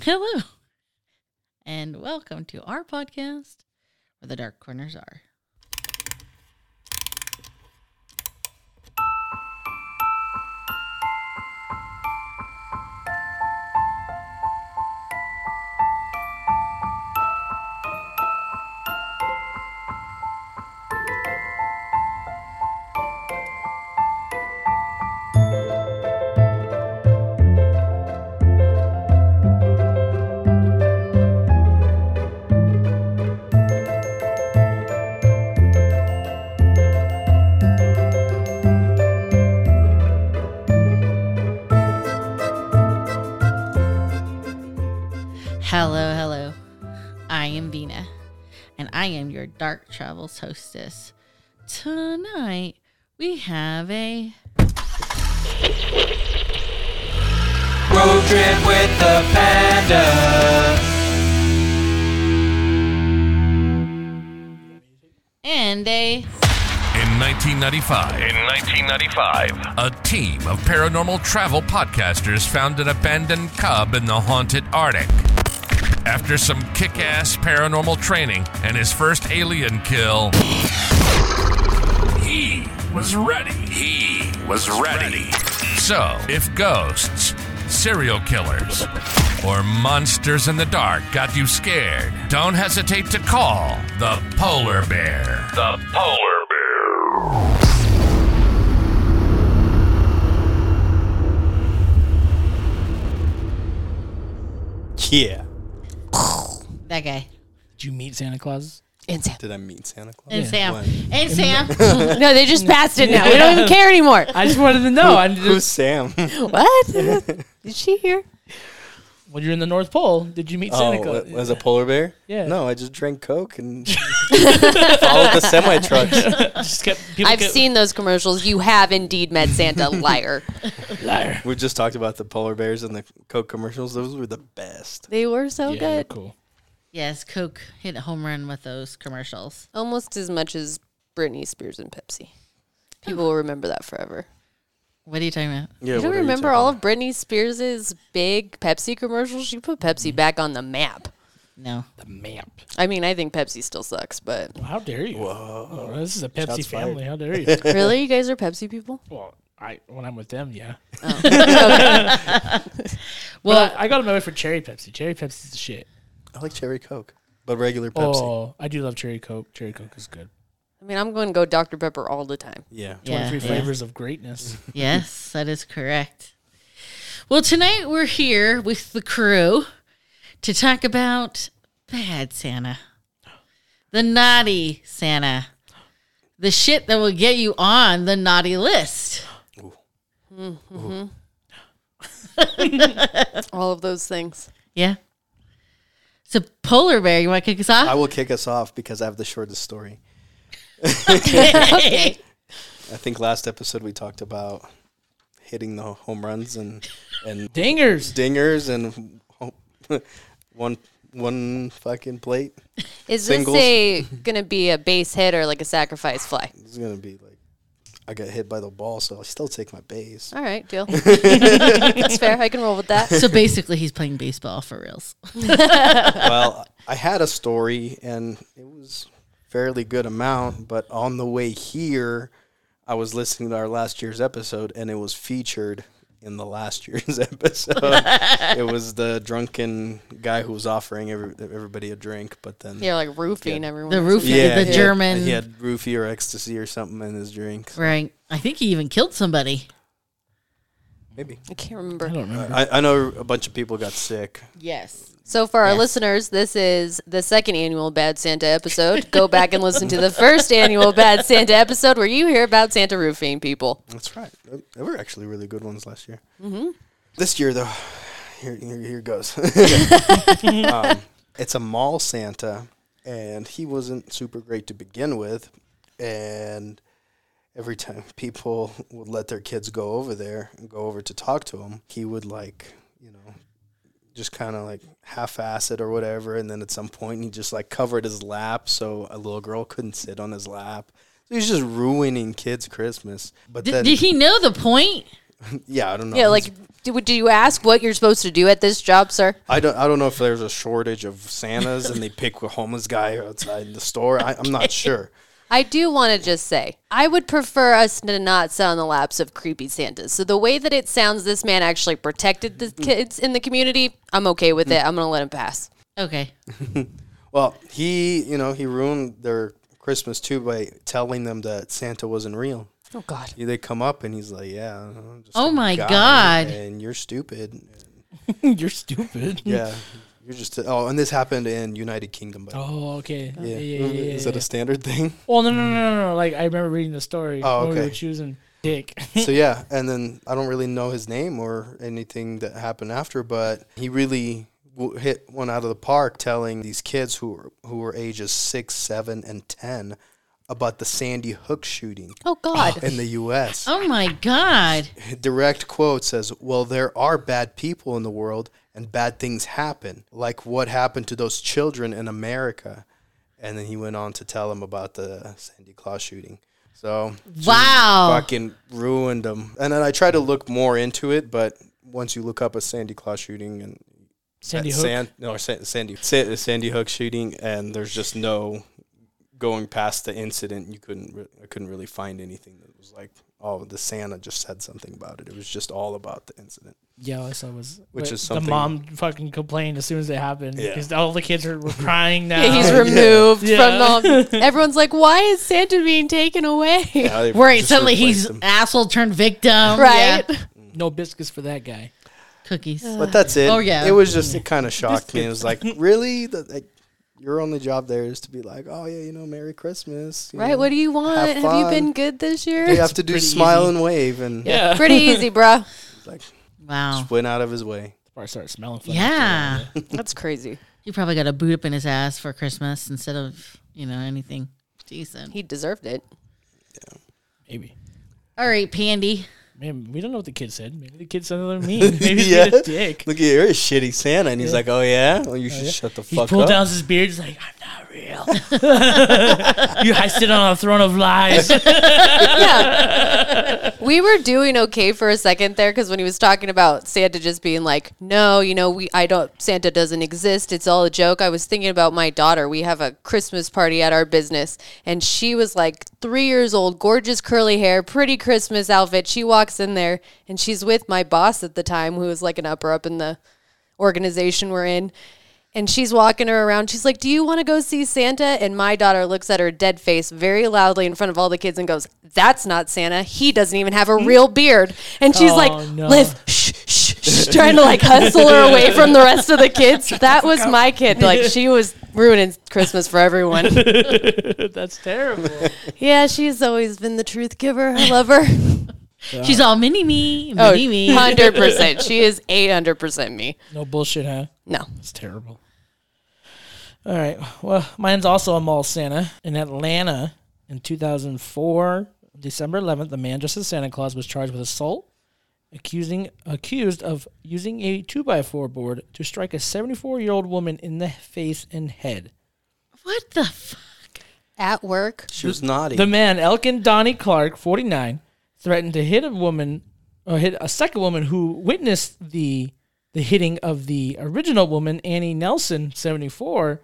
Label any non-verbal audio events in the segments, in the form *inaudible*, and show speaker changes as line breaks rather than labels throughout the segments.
Hello, and welcome to our podcast where the dark corners are. Hello, hello. I am Vina, and I am your Dark Travels hostess. Tonight, we have a
Road trip with the panda.
and a
In 1995, in 1995, a team of paranormal travel podcasters found an abandoned cub in the haunted Arctic. After some kick-ass paranormal training and his first alien kill, he was ready. He was ready. So, if ghosts, serial killers, or monsters in the dark got you scared, don't hesitate to call the polar bear. The polar bear.
Yeah.
that guy
Did you meet Santa Claus?
Did I meet Santa Claus?
and Sam
When?
and Sam.
No, they just passed it now. We don't even care anymore.
I just wanted to know. I
Who's
just,
Sam?
*laughs*
*laughs*
What? Is she here?
when you're in the North Pole, did you meet Santa
oh,
Claus?
as a polar bear?
Yeah.
No, I just drank Coke and followed the semi trucks.
just kept, people
I've
kept-
seen those commercials. You have indeed met
*laughs*
Santa, liar.
liar.
We've just talked about the polar bears and the Coke commercials. Those were the best.
They were so
Yeah,
good.
Cool.
yes, Coke hit a home run with those commercials.
Almost as much as Britney Spears and Pepsi. People will remember that forever.
What are you talking about?
Yeah,
You
what
don't
are
remember
talking
all
about?
of Britney Spears' big Pepsi commercials? She put
Mm-hmm.
Pepsi back on the map.
No,
The map.
I mean, I think Pepsi still sucks,
*laughs*
but
Well, how dare you? Whoa. this is a Pepsi
Shots fired.
family. How
*laughs*
dare you?
really, you guys are Pepsi people?
well, I when I'm with them, yeah.
Well-
well, I, I got them away for cherry Pepsi. Cherry Pepsi's the shit.
I like cherry Coke, but regular Pepsi.
Oh, I do love cherry Coke. Cherry Coke is good.
I mean, I'm going to go Dr. Pepper all the time.
Yeah.
yeah,
Three
yeah.
flavors of greatness.
Yes, that is correct. Well, tonight we're here with the crew to talk about bad Santa, the naughty Santa, the shit that will get you on the naughty list.
All of those things.
Yeah. So, polar bear, you want to kick us off?
I will kick us off because I have the shortest story.
okay.
I think last episode we talked about hitting the home runs and, and *laughs*
Dingers.
dingers and *laughs* one one fucking plate.
Is
Singles.
this a gonna be a base hit or like a sacrifice fly?
It's gonna be like I got hit by the ball, so I still take my base.
All right, deal. That's fair. I can roll with that.
*laughs* So basically, he's playing baseball for reals.
*laughs* well, I had a story and it was fairly good amount, but on the way here, I was listening to our last year's episode and it was featured in the last *laughs* year's episode. it was the drunken guy who was offering every, everybody a drink, but then
You're like roofing everyone.
The roof, the
he had-
German,
he had roofie or ecstasy or something in his drinks.
right? I think he even killed somebody.
Maybe
I can't
I
remember.
don't remember.
I, I know a bunch of people got sick.
Yes.
So for our
Yes.
listeners, this is the second annual Bad Santa episode. Go back and listen to the first annual Bad Santa episode where you hear about Santa roofing people.
That's right. There- There were actually really good ones last year. Mm-hmm. This year, though, here, here,
*laughs*
here goes. um, it's a mall Santa, and he wasn't super great to begin with. And every time people would let their kids go over there and go over to talk to him, he would, like, you know, just kind of like half ass it or whatever. And then at some point, he just like covered his lap so a little girl couldn't sit on his lap. So he's just ruining kids' Christmas. But
Did,
then,
did he know the point?
yeah, I don't know.
Yeah,
He's
like Do, do you ask what you're supposed to do at this job, sir?
I don't. I don't know if there's a shortage of Santas and they pick a homeless guy outside the store. I, I'm not sure.
I do want to just say, I would prefer us to not sit on the laps of creepy Santas. So the way that it sounds, this man actually protected the kids in the community. I'm okay with it. I'm gonna let him pass.
Okay.
Well, he, you know, he ruined their Christmas too by telling them that Santa wasn't real.
Oh God.
They come up and he's like, "Yeah, I'm just
Oh
a
my
guy,
God.
and you're stupid."
You're *laughs* stupid.
Yeah, you're just. Oh, and this happened in United Kingdom, but
Oh, okay. Yeah.
yeah.
Yeah, yeah, yeah,
is
yeah.
that a standard thing?
Well, no, no, no, no, no. Like I remember reading the story
Oh,
when we were
okay.
choosing Dick. *laughs*
*laughs* so yeah, and then I don't really know his name or anything that happened after, but he really w- hit one out of the park, telling these kids who were, who were ages six, seven, and ten about the Sandy Hook shooting
Oh God.
in the U.S.
Oh my God.
Direct quote says, "Well, there are bad people in the world, and bad things happen, like what happened to those children in America." And then he went on to tell them about the Sandy Claus shooting. So
Wow.
fucking ruined them. And then I tried to look more into it, but once you look up a Sandy Claus shooting and
Sandy
uh,
Hook.
San- no, San- Sandy Sa- Sandy Hook shooting, and there's just no going past the incident. You couldn't, re- I couldn't really find anything that was like, oh, the Santa just said something about it. It was just all about the incident.
Yeah, all I saw was
Which
but
is something-
the mom fucking complained as soon as it happened
Yeah.
because all the kids
*laughs*
are, were crying now.
Uh, Yeah, he's removed
Yeah.
from the. *laughs* Everyone's like, why is Santa being taken away? *laughs*
Now they
Right.
just
Suddenly
replaced
he's
them.
asshole turned victim.
Right?
Yeah.
no biscuits for that guy.
Cookies.
But that's it.
Oh, yeah.
It was just, it kind of shocked me. It was like, really? The, like, your only job there is to be like, oh, yeah, you know, Merry Christmas. you
Right?
know.
What do you want? Have, you
fun.
been good this year?
you have to do
pretty
smile
easy.
and wave and
Yeah.
Pretty easy, bruh.
like
Wow.
went out of his way.
Before I started smelling. funny.
Yeah.
That's crazy.
He probably got a boot up in his ass for Christmas instead of, you know, anything decent.
He deserved it.
Maybe.
All right, Pandy.
Man, we don't know what the kid said. Maybe the kid said something
*laughs*
mean. Maybe he's being a dick.
Look at you're a shitty Santa, and he's like, "Oh yeah, well you should shut the
He
fuck
pulled
up."
down his beard. He's like, I'm not real. *laughs* you I sit on a throne of
*laughs*
lies. *laughs*
yeah. We were doing okay for a second there because when he was talking about Santa just being like, no, you know, we I don't Santa doesn't exist. It's all a joke. I was thinking about my daughter. We have a Christmas party at our business, and she was like three years old, gorgeous curly hair, pretty Christmas outfit. She walks in there and she's with my boss at the time, who was like an upper up in the organization we're in. And she's walking her around. She's like, Do you want to go see Santa? And my daughter looks at her dead face very loudly in front of all the kids and goes, That's not Santa. He doesn't even have a real beard. And she's
Oh,
like,
no.
Liz, shh, shh, shh, trying to like hustle her away from the rest of the kids. That was my kid. Like, she was ruining Christmas for everyone.
That's terrible.
yeah, she's always been the truth giver. I love her.
She's all mini me,
*laughs* Oh,
mini me.
100%. She is 800% me.
No bullshit, huh?
No.
It's terrible. All right. Well, mine's also a mall Santa in Atlanta in 2004, December 11th. A man dressed as Santa Claus was charged with assault, accusing accused of using a two by four board to strike a 74 year old woman in the face and head.
What the fuck?
At work.
She was naughty.
The man, Elkin Donnie Clark, 49, threatened to hit a woman or hit a second woman who witnessed the the hitting of the original woman, Annie Nelson, 74.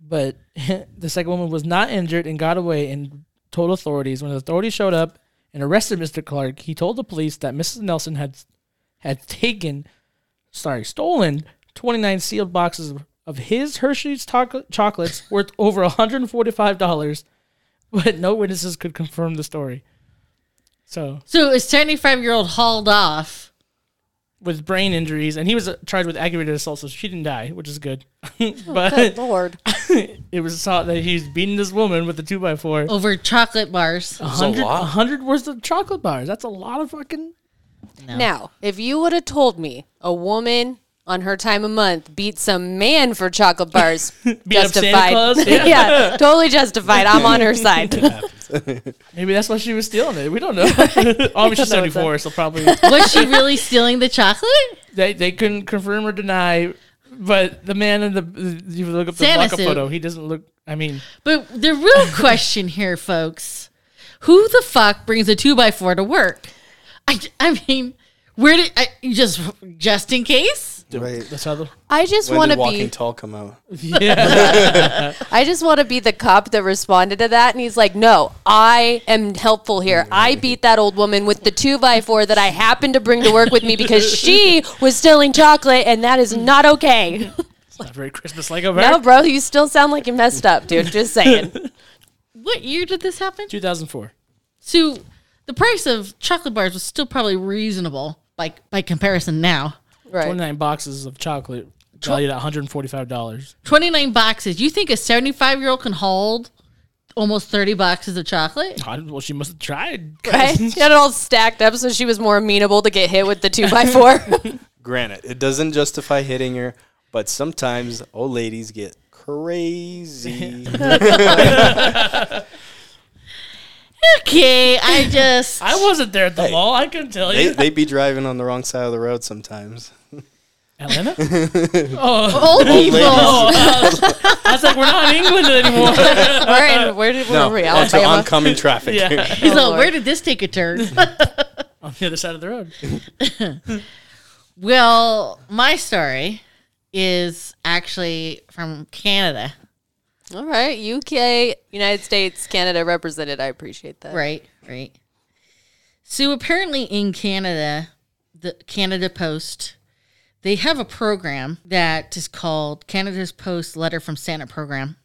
But *laughs* the second woman was not injured and got away and told authorities. When the authorities showed up and arrested Mr. Clark, he told the police that Mrs. Nelson had had taken, sorry, stolen 29 sealed boxes of his Hershey's choco- chocolates worth over $145 *laughs* but no witnesses could confirm the story. So,
So a 75 year old hauled off.
with brain injuries, and he was uh, charged with aggravated assault, so she didn't die, which is good. *laughs*
Good
but
Lord.
*laughs* it was thought that he's beating this woman with a two by four.
over chocolate bars.
A hundred, a hundred worth of chocolate bars. That's a lot of fucking.
Now, if you would have told me a woman on her time of month beat some man for
*laughs*
chocolate bars,
Beat up Santa
justified.
Claus?
*laughs* Yeah. totally justified. I'm on
*laughs*
her side.
Maybe that's why she was stealing it. We don't know. *laughs* Obviously, she's seventy four, so probably
Was
*laughs*
she really stealing the chocolate?
they they couldn't confirm or deny. But the man in the you look up the
Santa
walk-up
suit.
photo, he doesn't look. I mean,
But the real question here, folks, who the fuck brings a two by four to work? I, I mean, Where did I just just in case?
Right.
That's how the *laughs*
I just
When
want to
did Walking
be.
Tall come out?
yeah. *laughs*
I just want to be the cop that responded to that, and he's like, "No, I am helpful here. I beat that old woman with the two by four that I happened to bring to work with
*laughs*
me because she was stealing chocolate, and that is not okay."
it's not very Christmas like over.
no, bro, you still sound like you messed up, dude. Just saying.
What year did this happen?
2004.
So the price of chocolate bars was still probably reasonable, like by comparison now.
Right.
29 boxes of chocolate valued at $145.
Twenty nine boxes. You think a seventy five year old can hold almost thirty boxes of
*laughs*
chocolate?
God, well, she must have tried.
Right? She had it all stacked up, so she was more amenable to get hit with the two by *laughs* four.
Granted, it doesn't justify hitting her, but sometimes old ladies get *laughs* crazy.
Okay, I just
I wasn't there at the mall. I couldn't tell
they,
you.
they be driving on the wrong side of the road sometimes.
Elena? oh,
old people.
I was like, we're not in
*laughs*
England anymore.
we're in, where did, where are we?
onto
Alabama.
oncoming traffic.
yeah.
He's
Oh,
like,
Lord.
where did this take a turn?
On the other side of the road.
well, my story is actually from Canada,
All right. UK, United States, Canada represented. I appreciate that.
right? Right. So apparently in Canada, the Canada Post, they have a program that is called Canada's Post Letter from Santa program.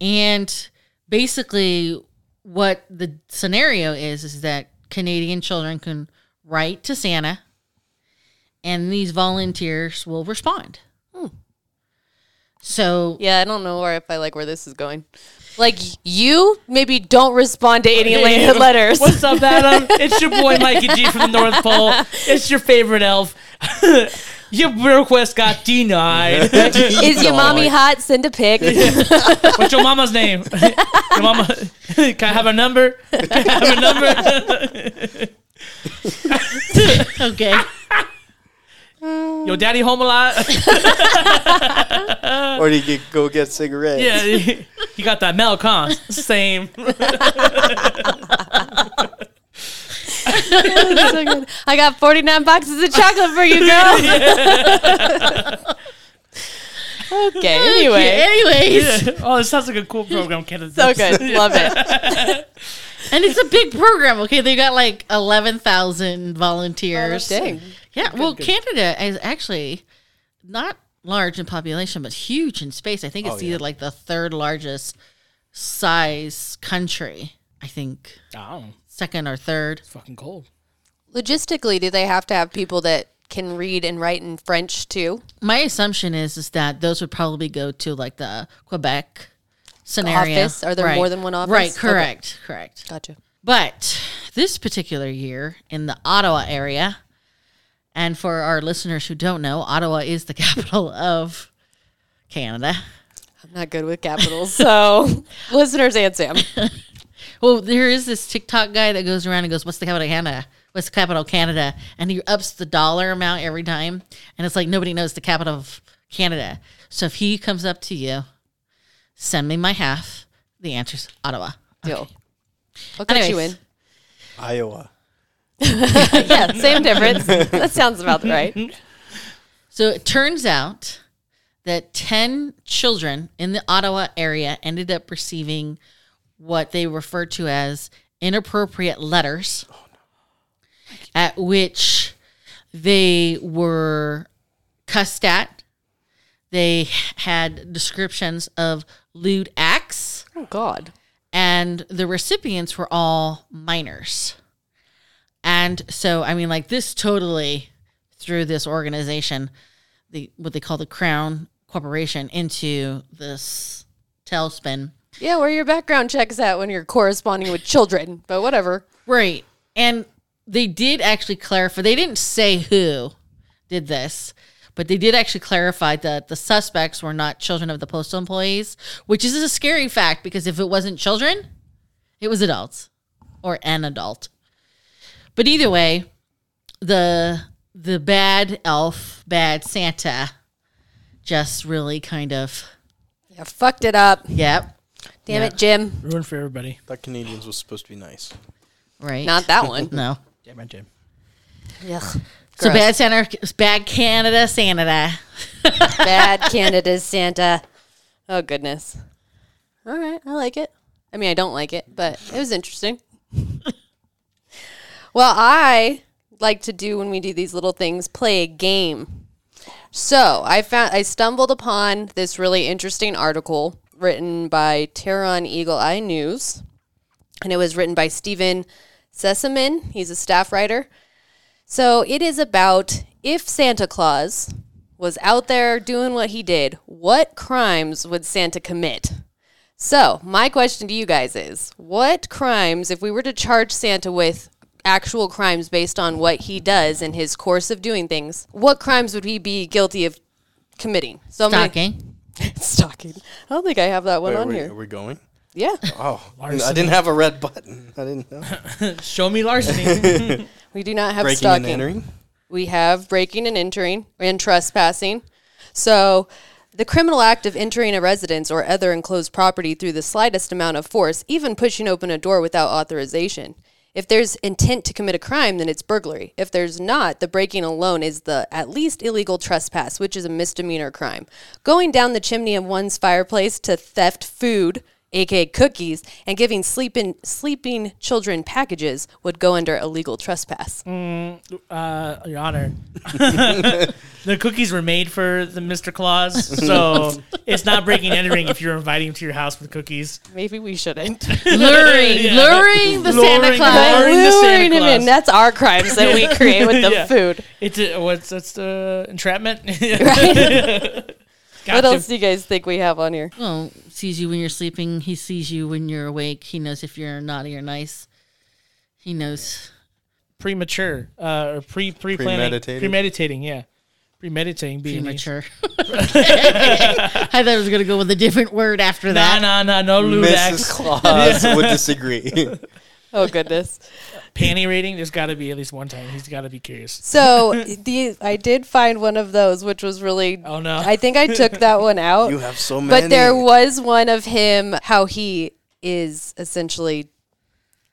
And basically, what the scenario is is that Canadian children can write to Santa, and these volunteers will respond.
*laughs*
So
Yeah, I don't know where if I like where this is going. Like you maybe don't respond to *laughs* any land letters.
What's up, Adam? It's your boy Mikey G from the North Pole. It's your favorite elf. *laughs* your request got denied.
*laughs* Is your mommy hot? Send a pic. *laughs*
What's your mama's name? your mama? *laughs* Can I have a number? Can I have a number?
*laughs* okay,
Your daddy home a lot?
*laughs*
*laughs*
Or do you get, go get cigarettes?
yeah, you got that milk, huh? Same.
I got 49 boxes of chocolate for you, girl. *laughs* okay, anyway.
anyways,
*laughs* Oh, this sounds like a cool program, Canada.
So *laughs* good. Love it.
and it's a big program. Okay, they got like eleven thousand volunteers.
Dang.
Yeah, well, Canada is actually not large in population, but huge in space. I
Oh,
think it's either like the third largest size country. I think
Oh,
second or third.
it's fucking cold.
Logistically, do they have to have people that can read and write in French too?
My assumption is is that those would probably go to like the Quebec scenario.
office? Are there more than one office?
Right.
Okay.
Correct. Correct.
Gotcha.
But this particular year in the Ottawa area, and for our listeners who don't know, Ottawa is the *laughs* capital of Canada.
I'm not good with capitals, *laughs* so listeners and Sam.
Well, there is this TikTok guy that goes around and goes, "What's the capital of Canada? What's the capital of Canada?" And he ups the dollar amount every time, and it's like nobody knows the capital of Canada. So if he comes up to you, send me my half. The answer's Ottawa.
Deal. I'll catch you in.
Anyways.
Iowa.
*laughs* Yeah, same difference. that sounds *laughs* about right.
So it turns out that 10 children in the Ottawa area ended up receiving what they refer to as inappropriate letters, at which they were cussed at. They had descriptions of lewd acts
Oh God.
and the recipients were all minors. And so, I mean, like this totally threw this organization, the what they call the Crown Corporation, into this tailspin.
Yeah, where your background checks at when you're corresponding with children, but whatever.
Right. And they did actually clarify, they didn't say who did this, but they did actually clarify that the suspects were not children of the postal employees, which is a scary fact because if it wasn't children, it was adults or an adult. But either way, the the bad elf, bad Santa just really kind of
Yeah, fucked it up.
yep,
Damn it, Jim.
Ruined for everybody.
Thought Canadians was supposed to be nice.
right.
Not that one.
no.
Damn it, Jim.
*laughs* Ugh.
So
Gross.
bad Santa, bad Canada, Santa.
bad Canada's Santa. Oh goodness. All right, I like it. I mean, I don't like it, but it was interesting. *laughs* well, I like to do when we do these little things, play a game. So I found I stumbled upon this really interesting article written by Tehran Eagle Eye News, and it was written by Stephen Sesaman. He's a staff writer. So it is about if Santa Claus was out there doing what he did, what crimes would Santa commit? So, my question to you guys is what crimes, if we were to charge Santa with actual crimes based on what he does in his course of doing things, what crimes would he be guilty of committing? So I'm gonna-
Stocking.
*laughs* stalking. I don't think I have that one
Wait,
on
wait,
here.
Are we going? *laughs*
yeah.
Oh, I didn't have a red button. I didn't know.
Show me larceny.
We do not have
Breaking
stalking.
and entering.
We have breaking and entering and trespassing. So, the criminal act of entering a residence or other enclosed property through the slightest amount of force, even pushing open a door without authorization. If there's intent to commit a crime, then it's burglary. If there's not, the breaking alone is the at least illegal trespass, which is a misdemeanor crime. Going down the chimney of one's fireplace to theft food, aka cookies, and giving sleeping sleeping children packages would go under illegal trespass.
uh, *laughs* Your Honor, *laughs* the cookies were made for the Mr. Claus, so *laughs* it's not breaking and entering if you're inviting him to your house with cookies.
Maybe we shouldn't.
Luring,
*laughs* Yeah.
luring the Santa
Luring,
Claus.
luring. the Santa
Luring him
Claus.
in. That's our crimes that
*laughs*
we create with the
Yeah.
food.
It's a, what's that's the entrapment. *laughs*
What
Gotcha.
else do you guys think we have on here?
Well, sees you when you're sleeping. He sees you when you're awake. He knows if you're naughty or nice. He knows.
Premature uh, or pre pre planning
Premeditated.
premeditating. Yeah, premeditating being
Premature. *laughs* I thought I was going to go with a different word after
Nah,
that.
nah, nah, no
Mrs.
Ludax.
Claus would disagree.
Oh goodness.
Panty rating. There's got to be at least one time. He's got to be curious.
*laughs* So the I did find one of those, which was really.
Oh, no.
I think I took
*laughs*
that one out.
you have so many.
but there was one of him how he is essentially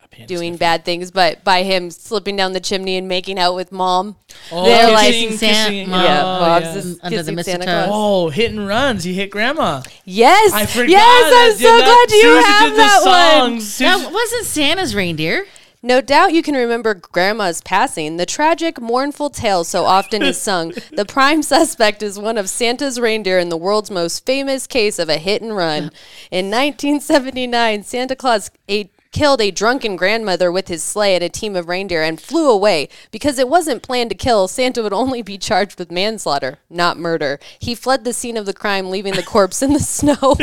A panty
doing
sniffer.
bad things, but by him slipping down the chimney and making out with mom.
Oh,
they're
kissing,
like-
kissing,
Santa-
yeah.
Mom.
yeah,
Oh,
Bob's
yeah.
is
Under the
kissing Santa
mistletoe.
Claus.
Oh, hit and runs. He hit grandma.
Yes,
I forgot.
yes,
I
I'm
did
so
not-
glad you
Susan
have
did the
that one.
songs. Susan-
That wasn't Santa's reindeer.
No doubt you can remember Grandma's passing, the tragic, mournful tale so often is sung. The prime suspect is one of Santa's reindeer in the world's most famous case of a hit and run. In 1979, Santa Claus a- killed a drunken grandmother with his sleigh and a team of reindeer and flew away. Because it wasn't planned to kill, Santa would only be charged with manslaughter, not murder. He fled the scene of the crime, leaving the corpse in the *laughs* snow.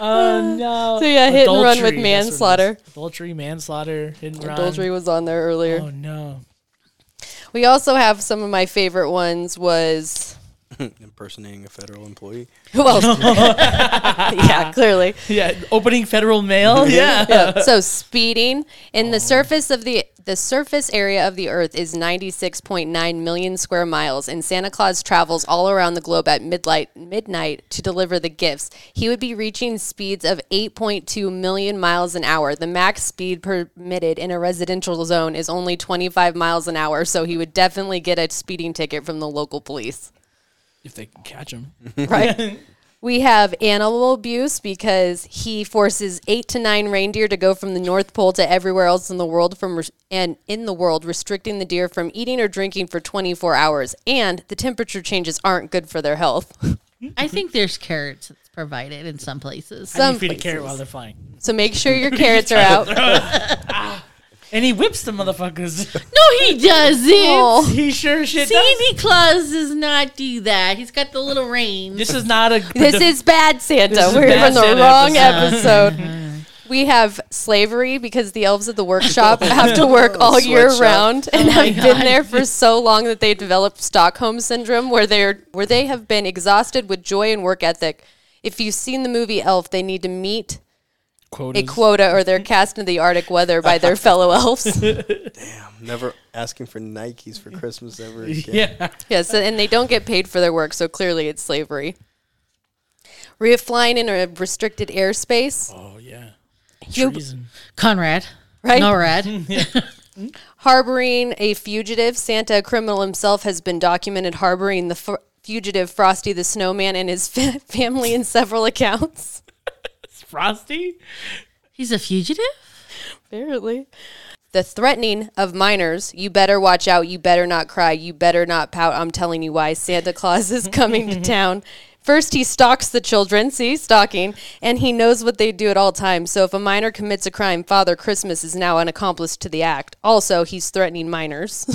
Oh no.
So, yeah, hit and run
Adultery, that's
with
what it is.
manslaughter.
Adultery, manslaughter, hit and run.
Adultery was on there earlier.
Oh no.
We also have some of my favorite ones was
impersonating a federal employee.
*laughs* who else? yeah, clearly.
Yeah, opening federal mail. Yeah.
*laughs* Yeah. So speeding in the surface of the the surface area of the earth is 96.9 million square miles and Santa Claus travels all around the globe at midnight midnight to deliver the gifts. He would be reaching speeds of 8.2 million miles an hour. The max speed permitted in a residential zone is only 25 miles an hour, so he would definitely get a speeding ticket from the local police.
If they can catch him.
right? We have animal abuse because he forces eight to nine reindeer to go from the North Pole to everywhere else in the world from res- and in the world, restricting the deer from eating or drinking for 24 hours. And the temperature changes aren't good for their health.
I think there's carrots that's provided in some places.
I
Some
need for you to carry it
places.
while they're flying.
So make
*laughs*
sure your carrots are out.
And he whips the motherfuckers.
no, he doesn't.
*laughs*
Oh,
he sure shit does.
Santa Claus does not do that. He's got the little reins.
This is not a.
*laughs* This is bad Santa.
This is
We're
bad
in the
Santa
wrong episode. We have slavery because the elves at the workshop have to work all year
Sweatshop.
round and
my
have been
God.
there for so long that they developed Stockholm syndrome where they're where they have been exhausted with joy and work ethic. If you've seen the movie Elf, they need to meet a
quotas.
quota or they're cast into the Arctic weather by their fellow elves. *laughs*
I'm never asking for Nikes for Christmas ever *laughs* again.
*laughs* Yeah.
Yes, and they don't get paid for their work, so clearly it's slavery. Re- flying in a restricted airspace.
Oh yeah.
You-
Treason.
Conrad.
*laughs*
Right?
NORAD.
Harboring a fugitive, Santa, a criminal himself, has been documented harboring the fu- fugitive Frosty the Snowman and his *laughs* fa- family in several accounts. *laughs*
Frosty?
He's a fugitive?
Apparently. The threatening of minors, you better watch out, you better not cry, you better not pout, I'm telling you why, Santa Claus is coming to town. First, he stalks the children, *laughs* see, stalking, and he knows what they do at all times. So if a minor commits a crime, Father Christmas is now an accomplice to the act. Also, he's threatening minors.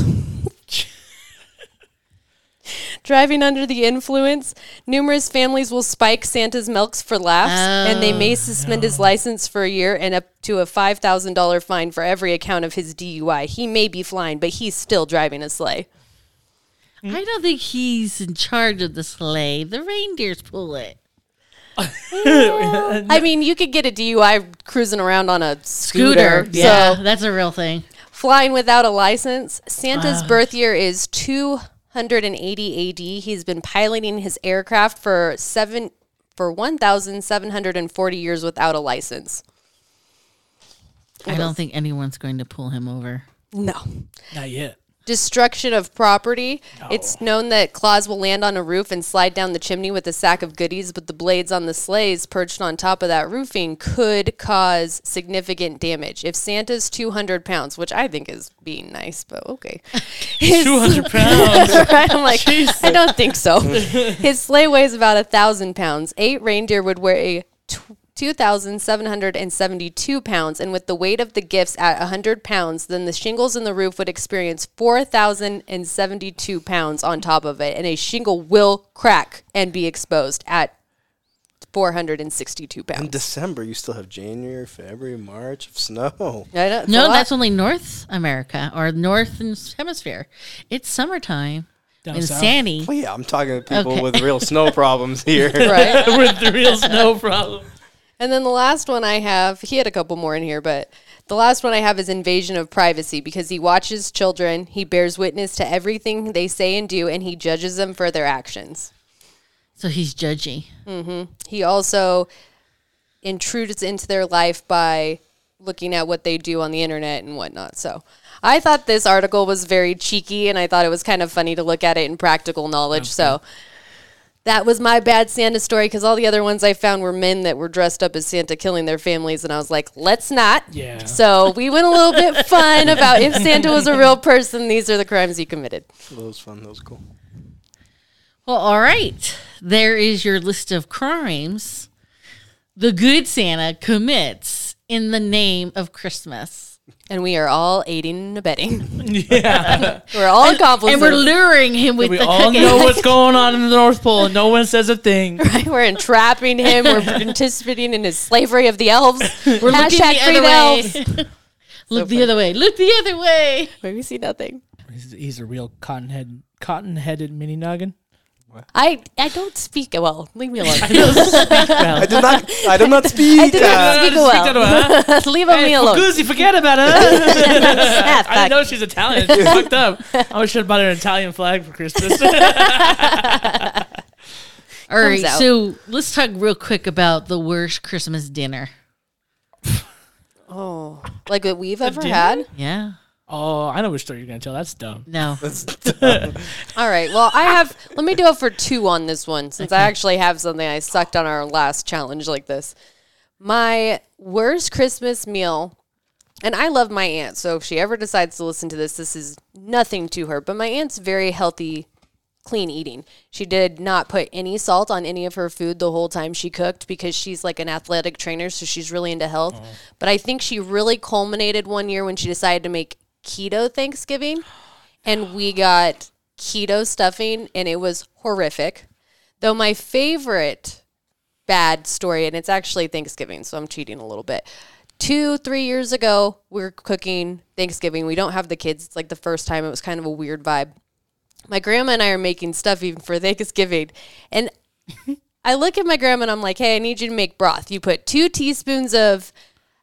Driving under the influence, numerous families will spike Santa's milks for laughs, and they
Oh,
may suspend his license for a year and up to a five thousand dollar fine for every account of his DUI. He may be flying, but he's still driving a sleigh.
I don't think he's in charge of the sleigh. The reindeers pull it.
I mean, you could get a DUI cruising around on a scooter.
Scooter. Yeah,
So
that's a real thing.
flying without a license. Santa's birth year is 280 AD. He's been piloting his aircraft for seven for 1,740 years without a license.
I don't think anyone's going to pull him over.
No.
*laughs* Not yet.
Destruction of property. It's known that Claus will land on a roof and slide down the chimney with a sack of goodies, but the blades on the sleighs perched on top of that roofing could cause significant damage. If Santa's 200 pounds, which I think is being nice, but okay. *laughs* His-
200
*laughs*
pounds. *laughs*
Right? I'm like, I don't
*laughs*
think so. His sleigh weighs about a thousand pounds. Eight reindeer would weigh tw- two thousand seven hundred and seventy-two pounds, and with the weight of the gifts at a hundred pounds, then the shingles in the roof would experience four thousand and seventy-two pounds on top of it, and a shingle will crack and be exposed at four hundred and sixty-two
In
pounds.
December, you still have January, February, March of snow. *laughs*
I don't-
No,
it's a lot.
that's only North America or Northern Hemisphere. It's summertime.
Down
and
south.
Sandy.
Well, yeah, I'm talking to people
Okay.
with real
*laughs*
snow problems here.
*laughs*
right.
With the real snow problem.
And then the last one I have, he had a couple more in here, but the last one I have is invasion of privacy because he watches children, he bears witness to everything they say and do, and he judges them for their actions.
So he's judgy.
He also intrudes into their life by looking at what they do on the internet and whatnot. So I thought this article was very cheeky and I thought it was kind of funny to look at it in practical knowledge. So that was my bad Santa story because all the other ones I found were men that were dressed up as Santa killing their families. And I was like, let's not.
Yeah.
So we went a little bit fun about if Santa was a real person, these are the crimes he committed.
That was fun. That was cool.
Well, all right. There is your list of crimes the good Santa commits in the name of Christmas.
And we are all aiding and abetting.
Yeah.
We're all accomplices.
And we're luring him with
we
the
all
cookies.
know *laughs* what's going on in the North Pole and no one says a thing.
*laughs* We're entrapping him. We're participating in his slavery of the elves.
*laughs* We're looking
Hashtag
the
free
other *laughs*
the elves.
way. Look the other way. Look the other way.
Where we see nothing.
*laughs* He's, he's a real cotton head, cotton headed mini *laughs* noggin.
I, I don't speak well. Leave
*laughs*
me alone.
I did not. I did
*laughs*
not speak.
I did not
uh,
speak
uh, Speak that
*laughs* well.
way, huh?
Leave me alone. *laughs*
Fucuzzi, forget about it.
Ah,
I
fuck.
know she's Italian.
*laughs*
She's fucked up. I wish I'd bought her an Italian flag for Christmas. *laughs*
All right.
out.
So let's talk real quick about the worst Christmas dinner.
Oh, like what we've ever
dinner?
had.
Yeah.
oh, I know which story you're going to tell. That's dumb.
No.
All right. Well, I have. let me do it for two on this one since I actually have something I sucked on our last challenge like this. My worst Christmas meal, and I love my aunt. So if she ever decides to listen to this, this is nothing to her. But my aunt's very healthy, clean eating. She did not put any salt on any of her food the whole time she cooked because she's like an athletic trainer, so she's really into health. But I think she really culminated one year when she decided to make keto Thanksgiving and we got keto stuffing and it was horrific. Though my favorite bad story, and it's actually Thanksgiving, so I'm cheating a little bit. Two, three years ago, we were cooking Thanksgiving. We don't have the kids. It's like the first time. It was kind of a weird vibe. My grandma and I are making stuffing for Thanksgiving. And I look at my grandma and I'm like, hey, I need you to make broth. You put two teaspoons of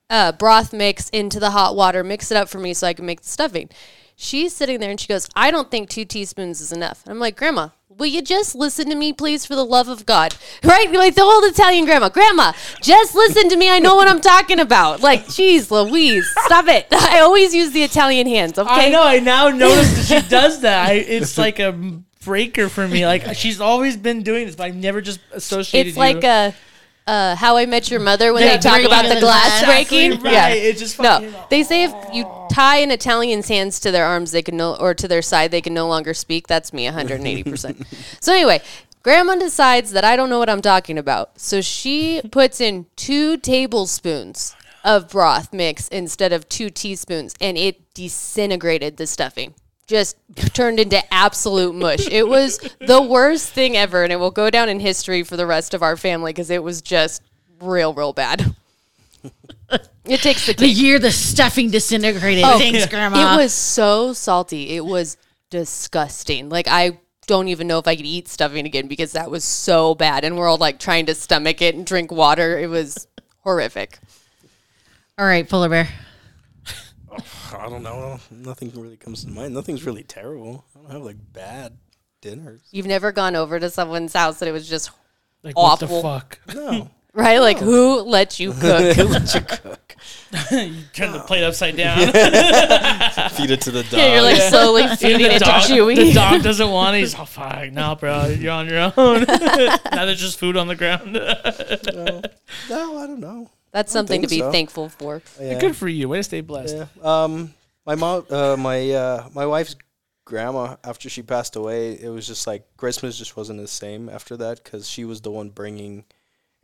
uh, broth mix into the hot water, mix it up for me so I can make the stuffing. She's sitting there and she goes, I don't think two teaspoons is enough. I'm like, Grandma, Will you just listen to me, please, for the love of God? Right? Like the old Italian grandma. Grandma, just listen to me. I know what I'm talking about. Like, geez, Louise, stop it. *laughs* I always use the Italian hands, okay?
I know. I now notice that she does that.
*laughs*
I, it's like a breaker for me. Like she's always been doing this, but I've never just associated.
It's like a. Uh, how I Met Your Mother when
Yeah,
they talk
breaking
about the
the glass.
glass breaking.
Right, it just fucking-
no. They say if you tie an Italian's hands to their arms, they can no or to their side, they can no longer speak. That's me, 180. percent So anyway, Grandma decides that I don't know what I'm talking about, so she puts in two tablespoons of broth mix instead of two teaspoons, and it disintegrated the stuffing. Just turned into absolute mush. It was the worst thing ever, and it will go down in history for the rest of our family because it was just real, real bad. It takes the
The
cake.
year the stuffing disintegrated.
Oh,
Thanks,
yeah.
Grandma.
It was so salty. It was disgusting. Like I don't even know if I could eat stuffing again because that was so bad. And we're all like trying to stomach it and drink water. It was horrific.
All right, polar bear.
I don't know. Nothing really comes to mind. Nothing's really terrible. I don't have like bad dinners.
You've never gone over to someone's house that it was just
like
awful.
what the fuck?
No.
right. Like who let
*laughs*
you *laughs* cook? *laughs*
Let you cook.
Turn the plate upside down.
Feed it to the dog.
And you're like slowly feeding
the,
it to
dog, the
Chewy.
dog doesn't want it. He's oh fuck, no, bro, you're on your own. *laughs* now there's just food on the ground.
no, I don't know.
That's something to
think
be
so.
thankful for.
Good for you. Way to stay blessed.
Yeah. Um, my mom, uh, my uh, my wife's grandma, after she passed away, it was just like Christmas just wasn't the same after that because she was the one bringing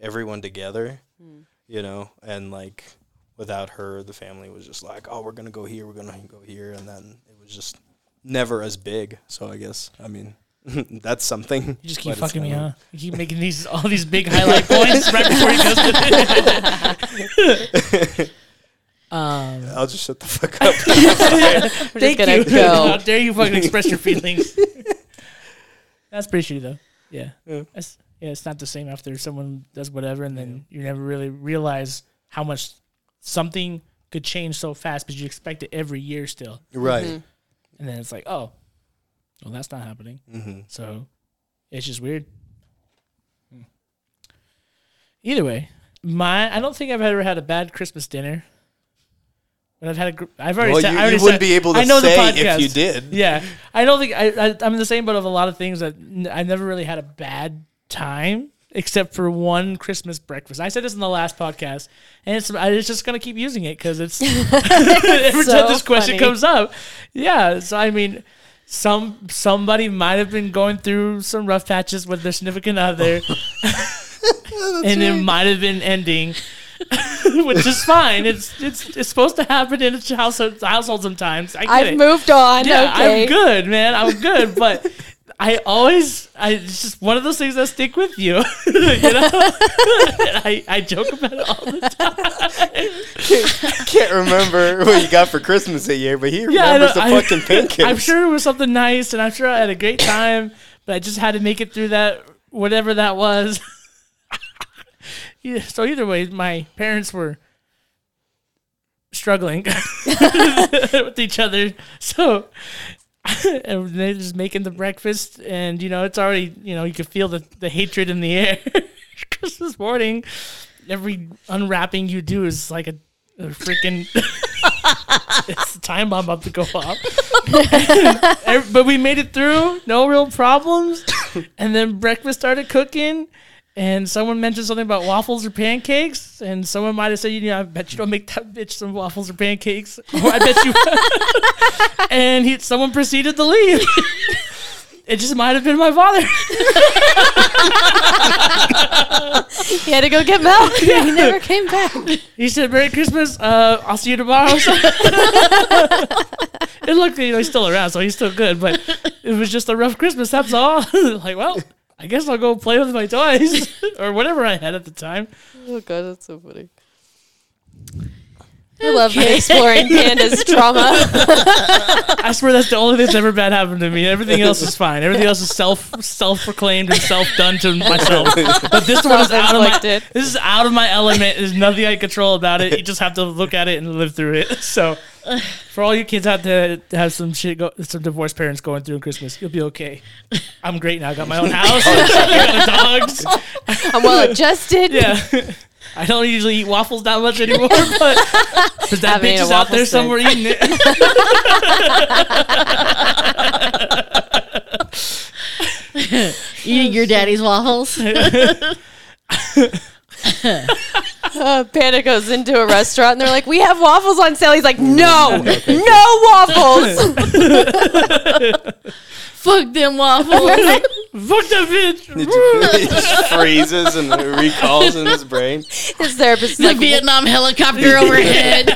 everyone together, you know, and like without her, the family was just like, oh, we're gonna go here, we're gonna go here, and then it was just never as big. So I guess I mean *laughs* that's something. *laughs*
You just keep
but it's
fucking me,
never-
huh? You keep making these all these big highlight *laughs* points right before he goes to *laughs* um,
I'll just shut the fuck up. *laughs*
We're just
Thank
gonna
you. How *laughs*
go.
dare you fucking express your feelings? *laughs* That's pretty shitty, though. Yeah. That's, yeah, it's not the same after someone does whatever, and then you never really realize how much something could change so fast, but you expect it every year still.
right.
And then it's like, oh, well, that's not happening.
Mm-hmm.
So it's just weird. Hmm. Either way, my I don't think I've ever had a bad Christmas dinner. But I've had a. gr- I've already.
Well,
said,
you-
I already
you wouldn't
said-
be able to
I know the
say if
podcast.
you did.
*laughs* Yeah, I don't think I, I. I'm the same, but of a lot of things that n- I've never really had a bad time, except for one Christmas breakfast. I said this in the last podcast, and it's. I was just gonna keep using it because it's *laughs* every time
so
this question
funny.
comes up. Yeah, so I mean, some somebody might have been going through some rough patches with their significant
*laughs*
other, and it might have been ending, *laughs* which is fine. It's it's it's supposed to happen in a household household sometimes. I get
I've
it.
moved on.
Yeah,
okay. *laughs*
I'm good, man. I'm good, but. I always, I it's just one of those things that stick with you, *laughs* you know. And I, I joke about it all the time.
Can't
*laughs*
remember what you got for Christmas that year, but he
Yeah, I
remembers the
know, I-
fucking pancakes.
*laughs* I'm sure it was something nice, and I'm sure I had a great time, but I just had to make it through that, whatever that was. *laughs* yeah, so either way, my parents were struggling *laughs* with each other, so *laughs* and they're just making the breakfast, and you know it's already you know you can feel the the hatred in the air. *laughs* Christmas morning, every unwrapping you do is like a, a freaking. *laughs* it's the time bomb about to go off. Ev- but we made it through, no real problems. *coughs* And then breakfast started cooking, and someone mentioned something about waffles or pancakes, and someone might have said, "You know, I bet you don't make that bitch some waffles or
*laughs*
pancakes." Or I bet you. *laughs* and he, someone proceeded to leave. *laughs* It just might have been my father.
He had to go get milk.
*laughs*
He *laughs* never came back. Oh,
He said, "Merry Christmas. Uh, I'll see you tomorrow." *laughs* So- and luckily, you know, he's still around, so he's still good. But it was just a rough Christmas. That's all. *laughs* like, well, I guess I'll go play with my toys *laughs* or whatever I had at the time.
Oh god, that's so funny. I
*laughs*
love exploring Panda's trauma.
I swear that's the only thing that's ever bad happened to me. Everything else is fine. Everything else is self self proclaimed and self done to myself. But this one is out of my
Self-inflicted.
this is out of my element. There's nothing I can control about it. *laughs* You just have to look at it and live through it. So For all you kids out there that have some shit, go, some divorced parents going through Christmas, you'll be okay. I'm great now. I got my own house. I got dogs.
*laughs* I'm well adjusted.
Yeah. I don't usually eat waffles that much anymore, but, but that
Haven't
bitch
ate a
is out
waffle
there
since.
somewhere eating it. *laughs*
Eating your daddy's waffles.
*laughs* Uh, Panda goes into a restaurant and they're like, "We have waffles on sale." He's like, "No, no waffles." *laughs*
Fuck them waffles.
Fuck that bitch.
*laughs*
it just freezes *laughs* and recalls in his brain.
His therapist is
the
like,
Vietnam helicopter overhead.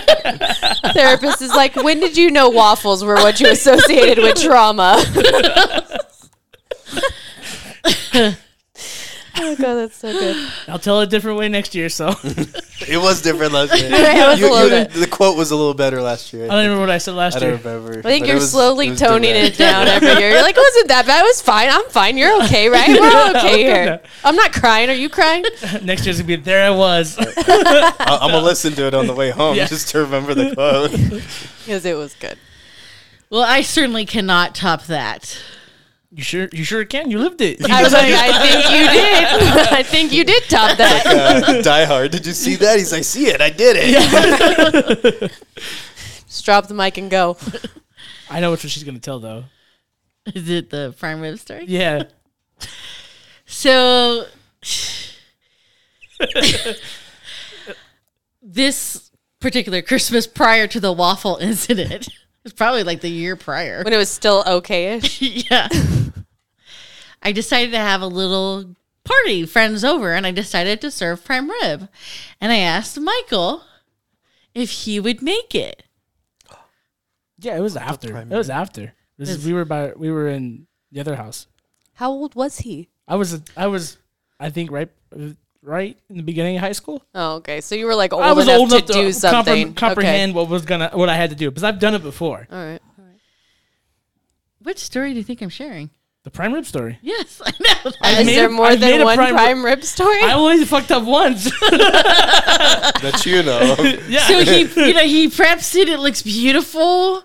therapist is like, "When did you know waffles were what you associated with trauma?" *laughs* oh god, that's so good.
I'll tell it a different way next year, so *laughs* I
It was different last year.
It was
You-
a little
you-
bit.
The quote was a little better last year. I,
don't
think.
remember what I said
I
last
don't
year.
remember.
I think you're slowly toning it down every year. You're like, it wasn't that bad. It was fine. I'm fine. You're okay, right? We're all okay here. I'm not crying. Are you crying?
*laughs* Next year's gonna be there.
*laughs*
I was.
I, I'm gonna listen to it on the way
*laughs*
home
Yeah.
just to remember the quote.
Because it was good.
well, I certainly cannot top that.
You sure? You sure can. You
*laughs*
lived it.
I was like, I think *laughs* you did. I think you did top *laughs* that.
Uh, Die Hard. Did you see that? He's. I see it. I did it.
Just drop the mic and go.
I know which one she's gonna tell though.
Is it the prime rib story?
*laughs*
Yeah.
So this particular Christmas prior to the waffle incident, *laughs* it's probably like the year prior.
When it was still okay-ish.
*laughs* yeah. I decided to have a little party, friends over, and I decided to serve prime rib. And I asked Michael if he would make it.
Yeah. It was after. It was after. This is, we were by. We were in the other house.
How old was he?
I was. I was. I think right. Right in the beginning of high school.
Oh, okay. So you were like old,
I was
enough,
old enough
to, do
compre-
something. Okay.
comprehend what was gonna what I had to do because I've done it before.
All right.
Which story do you think I'm sharing?
The prime rib story.
Yes, *laughs* I know. that.
Is
made
there
a-
more
I made
than
a
one
prime
prime,
rib-
rib story? *laughs*
I only fucked up
*laughs*
once. *laughs*
That you
*laughs*
know.
yeah.
So he, you know, he preps it. It looks beautiful,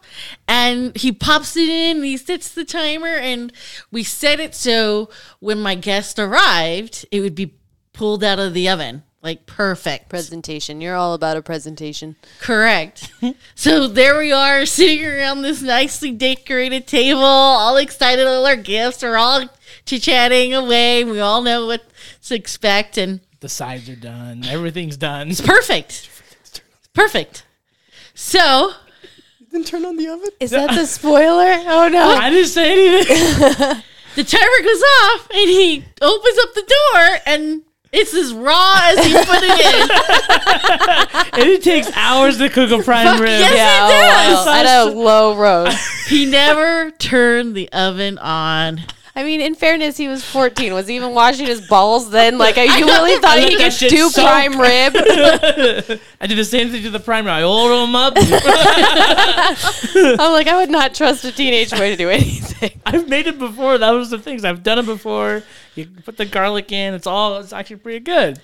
and he pops it in. And he sets the timer, and we set it so when my guest arrived, it would be pulled out of the oven, like perfect,
presentation. You're all about a presentation.
correct. so there we are, sitting around this nicely decorated table, all excited. All our gifts are all chit chatting away. We all know what to expect, and
the sides are done. Everything's done. *laughs*
perfect, perfect. So.
You didn't turn on the oven.
Is that the spoiler? Oh no.
I didn't say anything.
the timer goes off and he opens up the door and it's as raw as he put it
*laughs*
in.
and it takes hours to cook a prime rib.
yes.
yeah,
it
oh,
does.
wow. At a
*laughs*
low roast.
he never turned the oven on.
I mean, in fairness, he was 14. Was he even washing his balls then?
*laughs*
Like, you really thought
let
he
that
could
shit
do
soak.
prime rib?
*laughs* I did the same thing to the prime rib. I oiled
*laughs*
them up.
I'm like, I would not trust a teenage boy to do anything.
I've made it before. That was the things I've done it before. You put the garlic in. It's all. It's actually pretty good.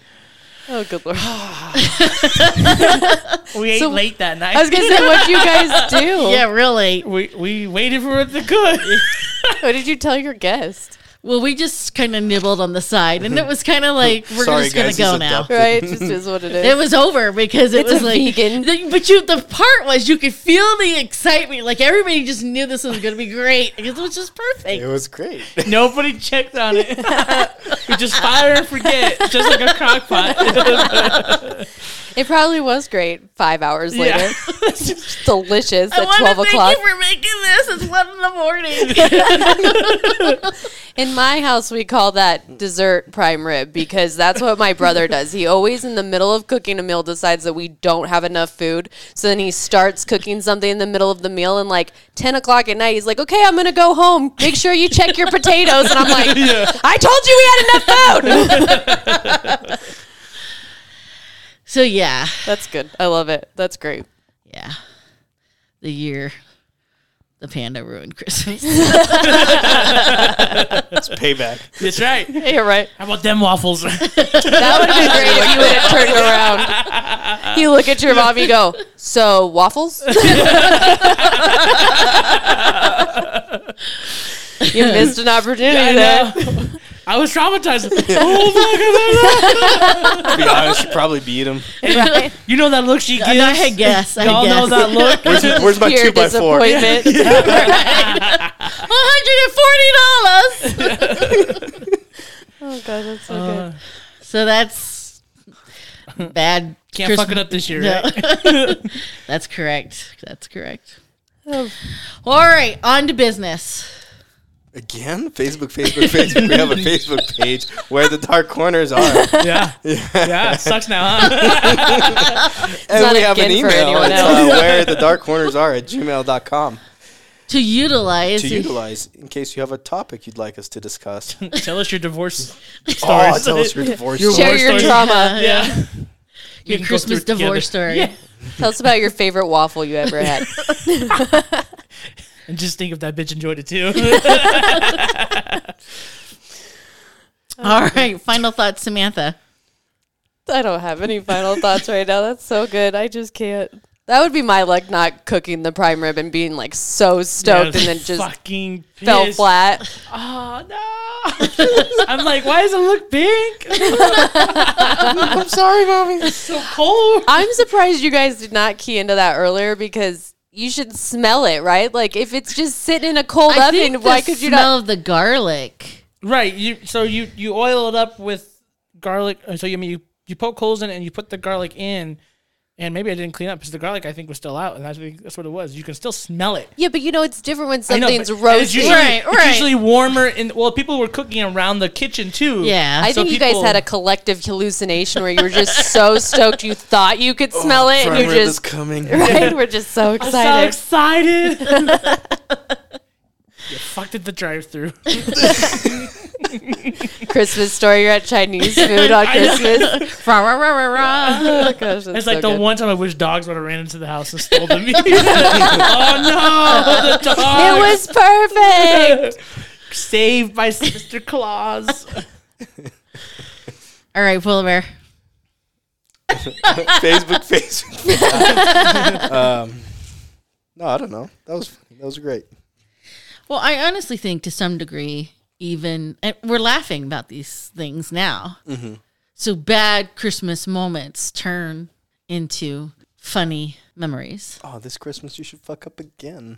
Oh, good lord. I
We ate
So-
late that night.
was gonna say, what you guys do? *laughs*
Yeah, really.
we we waited for it to cook.
*laughs*
What did you tell your guest?
Well, we just kind of nibbled on the side and it was kind
Mm-hmm.
of like, we're
Sorry,
just going
guys,
to go
he's a
now.
duck.
Right? It just is what it
It
is.
was over because it
It's
was
a
like
vegan.
the- but you, the part was you could feel the excitement. Like everybody just knew this was going to be great because it was just
It
perfect.
was great.
Nobody checked on it. we just fire and forget, just like a
*laughs*
crock pot.
It, probably was great five hours
Yeah.
*laughs* later. It's delicious
I
at
want
12
to thank
o'clock.
you for making this. It's one in the morning. *laughs*
In my house, we call that dessert prime rib because that's what my brother does. He always, in the middle of cooking a meal, decides that we don't have enough food. So then he starts cooking something in the middle of the meal, and like 10 o'clock at night, he's like, okay, I'm going to go home. Make sure you check your potatoes. And I'm *laughs* like, I told you *laughs* we had enough food.
So yeah,
that's good. I love it. That's great.
yeah, the year The panda ruined Christmas.
It's payback.
That's right.
Yeah, right.
How about
*laughs*
them waffles?
That would have been great if you would have turned around. You look at your mom, you go, So, waffles? you missed an
*laughs*
opportunity
I
there.
know. I
*laughs*
was traumatized. oh my god!
to be honest, you probably beat him.
Right?
You know that look she gives.
And Uh, I had guess. I
Y'all know
had
that
guess. *laughs*
look.
Where's, where's my
Pure
two by four?
*laughs*
disappointment. *laughs*
$140.
Oh, God, that's so
Uh,
so that's bad.
can't
Christmas-
fuck it up this year.
No.
Right?
*laughs* That's correct. That's correct.
Oh.
All right, on to business.
Again? Facebook, Facebook, Facebook. We have a Facebook page where the dark corners are. *laughs*
yeah. Yeah. It sucks now, huh?
and
not
we
a
have an
gin for
email
anyone
it's, uh, where the dark corners are at
*laughs*
gmail.com
To utilize
to utilize in case you have a topic you'd like us to
*laughs*
discuss.
Tell us your divorce.
*laughs* oh, tell us your divorce.
You're-
Share
War
your
story.
trauma.
*laughs* Yeah.
your
can go
Christmas
through it
divorce
together.
story.
Yeah.
Tell us about your favorite waffle you ever had.
And just think if that bitch enjoyed it
*laughs*
too. *laughs*
All right, final thoughts, Samantha.
I don't have any final thoughts right now. That's so good. I just can't. That would be my luck not cooking the prime rib and being like so stoked and then just
fucking
fell
pissed.
flat.
Oh no! *laughs* I'm like, why does it look pink?
*laughs* I'm sorry, mommy.
*laughs* It's so cold.
I'm surprised you guys did not key into that earlier because you should smell it, right? Like if it's just sitting in a cold
I
oven,
think
why
the
could you
smell
not?
of the garlic?
Right. You so you you oil it up with garlic. uh, So you I mean you you poke holes in it and you put the garlic in, and maybe I didn't clean up because the garlic I think was still out, and that's what- that's what it was. You can still smell it.
Yeah, but you know it's different when
I know,
something's
but- and It's
roasting.
usually,
Right,
it's
right.
usually warmer. And well, people were cooking around the kitchen too.
Yeah.
I
So
think you guys
people-
had a collective hallucination where you were just so stoked you thought you could
Oh,
smell it, and
Prime
you're
rib is
just *laughs*
coming.
right. We're just so
So
excited.
excited.
*laughs*
You Fucked at the drive-through.
Christmas story. You're at Chinese food on Christmas.
Rah, rah, rah, rah, rah.
Oh *laughs* gosh, that's
It's like the
so good.
one time I wish dogs would have ran into the house and stole the *laughs* meat. oh no, the
*laughs* It
dogs!
was
*laughs*
perfect.
saved by Mr.
*laughs*
Claus.
All right, polar bear.
Facebook, Facebook.
*laughs*
um, no, I don't know. That was that was great.
Well, I honestly think to some degree, even and we're laughing about these things now. So bad Christmas moments turn into funny memories.
Oh, this Christmas you should fuck up
*laughs*
again.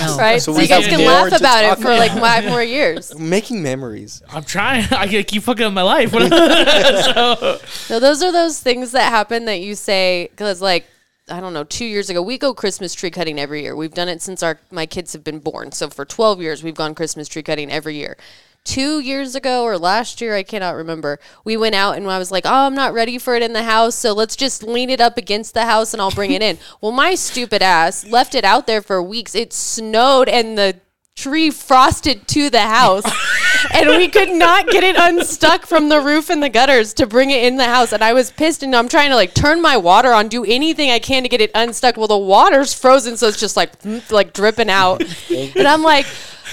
Oh.
Right?
So
So,
we
you guys
have
can
more
laugh
to
about it
talk
for like five more years.
Making memories.
I'm trying. I gotta keep fucking up my life.
*laughs*
so,
So those are those things that happen that you say because like I don't know, two years ago we go Christmas tree cutting every year. We've done it since our my kids have been born. So for twelve years we've gone Christmas tree cutting every year. Two years ago or last year, I cannot remember. We went out and I was like, "Oh, I'm not ready for it in the house, so let's just lean it up against the house and I'll bring it in." well, my stupid ass left it out there for weeks. It snowed and the tree frosted to the house and we could not get it unstuck from the roof and the gutters to bring it in the house and i was pissed and i'm trying to like turn my water on do anything i can to get it unstuck well the water's frozen so it's just like mm, like dripping out and i'm like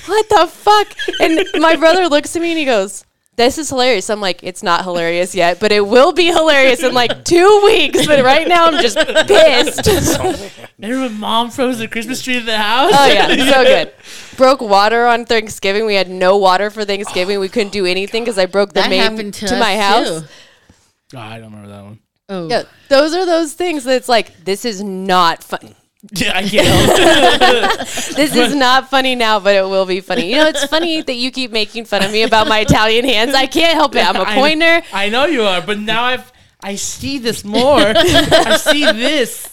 what the fuck and my brother looks at me and he goes this is hilarious. I'm like, it's not hilarious yet, but it will be hilarious in like two weeks. But right now, I'm just pissed.
remember when mom froze the Christmas tree in the house?
Oh
*laughs*
yeah,
*laughs*
so good. Broke water on Thanksgiving. We had no water for Thanksgiving. we couldn't do anything because I broke the
That
main
happened
to,
to, us
my house.
too.
Oh, I don't remember that one.
Oh,
Yeah, those are those things that's like this is not fun.
Yeah, I can't. help it.
*laughs*
This is not funny now, but it will be funny. You know, it's funny that you keep making fun of me about my Italian hands. I can't
*laughs*
help it. I'm a
I-
pointer.
I, know you are, but now I've I see
*laughs*
this more. I see this.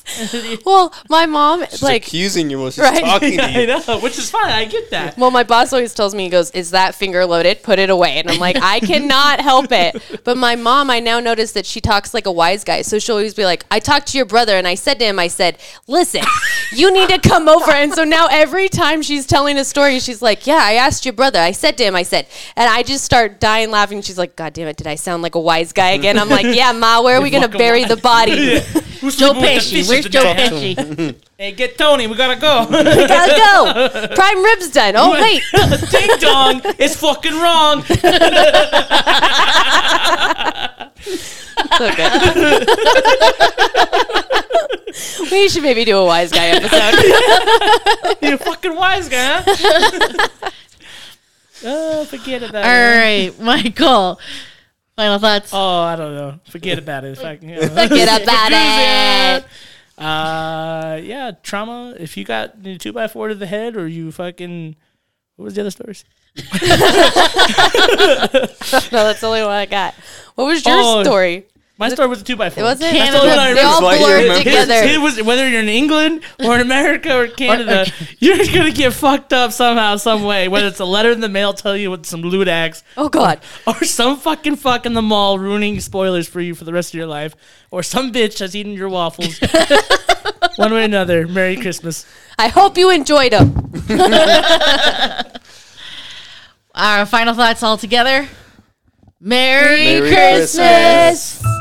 Well, my mom
She's
like.
accusing you while she's
Right.
talking
*laughs*
to
*laughs* I
you.
know, which is fine. I get that.
Well, my boss always tells me, he goes, Is that finger loaded? Put it away. And I'm like, I cannot help it. But my mom, I now notice that she talks like a wise guy. So she'll always be like, I talked to your brother and I said to him, I said, Listen, you need to come over. And so now every time she's telling a story, she's like, Yeah, I asked your brother. I said to him, I said, and I just start dying laughing. She's like, God damn it, did I sound like a wise guy again? I'm like, Yeah, Ma, where are we going to
fucking
bury
wise.
the body?
*laughs*
Joe
the boy with the
Pesci.
fishes
Where's Joe
today?
Pesci?
Hey, get Tony. We gotta go. *laughs*
Gotta go. Prime ribs done. Oh wait, *laughs*
Ding dong. It's fucking
*laughs*
wrong.
we should maybe do a wise guy episode.
You're a fucking wise guy. Huh?
*laughs*
oh, forget
*laughs*
about
All
it.
right, Michael. Final thoughts.
Oh, I don't know. Forget about it. Fucking, you know.
Forget about it.
Uh, yeah, trauma. If you got the two by four to the head, or you fucking what was the other stories?
No, that's the only one I got. What was your
Oh.
story?
My story was a two by four.
It wasn't.
Canada.
That's the one I
They all
remember.
blurred
Why you
together.
His- It was whether you're in England or in America or Canada, you're gonna get fucked up somehow, some way. Whether it's a letter in the mail telling you with some lewd acts,
Oh God.
or some fucking fuck in the mall ruining spoilers for you for the rest of your life, or some bitch has eaten your waffles. One way or another, Merry Christmas.
I hope you enjoyed them.
Our final thoughts all together. Merry,
Merry
Christmas.
Christmas.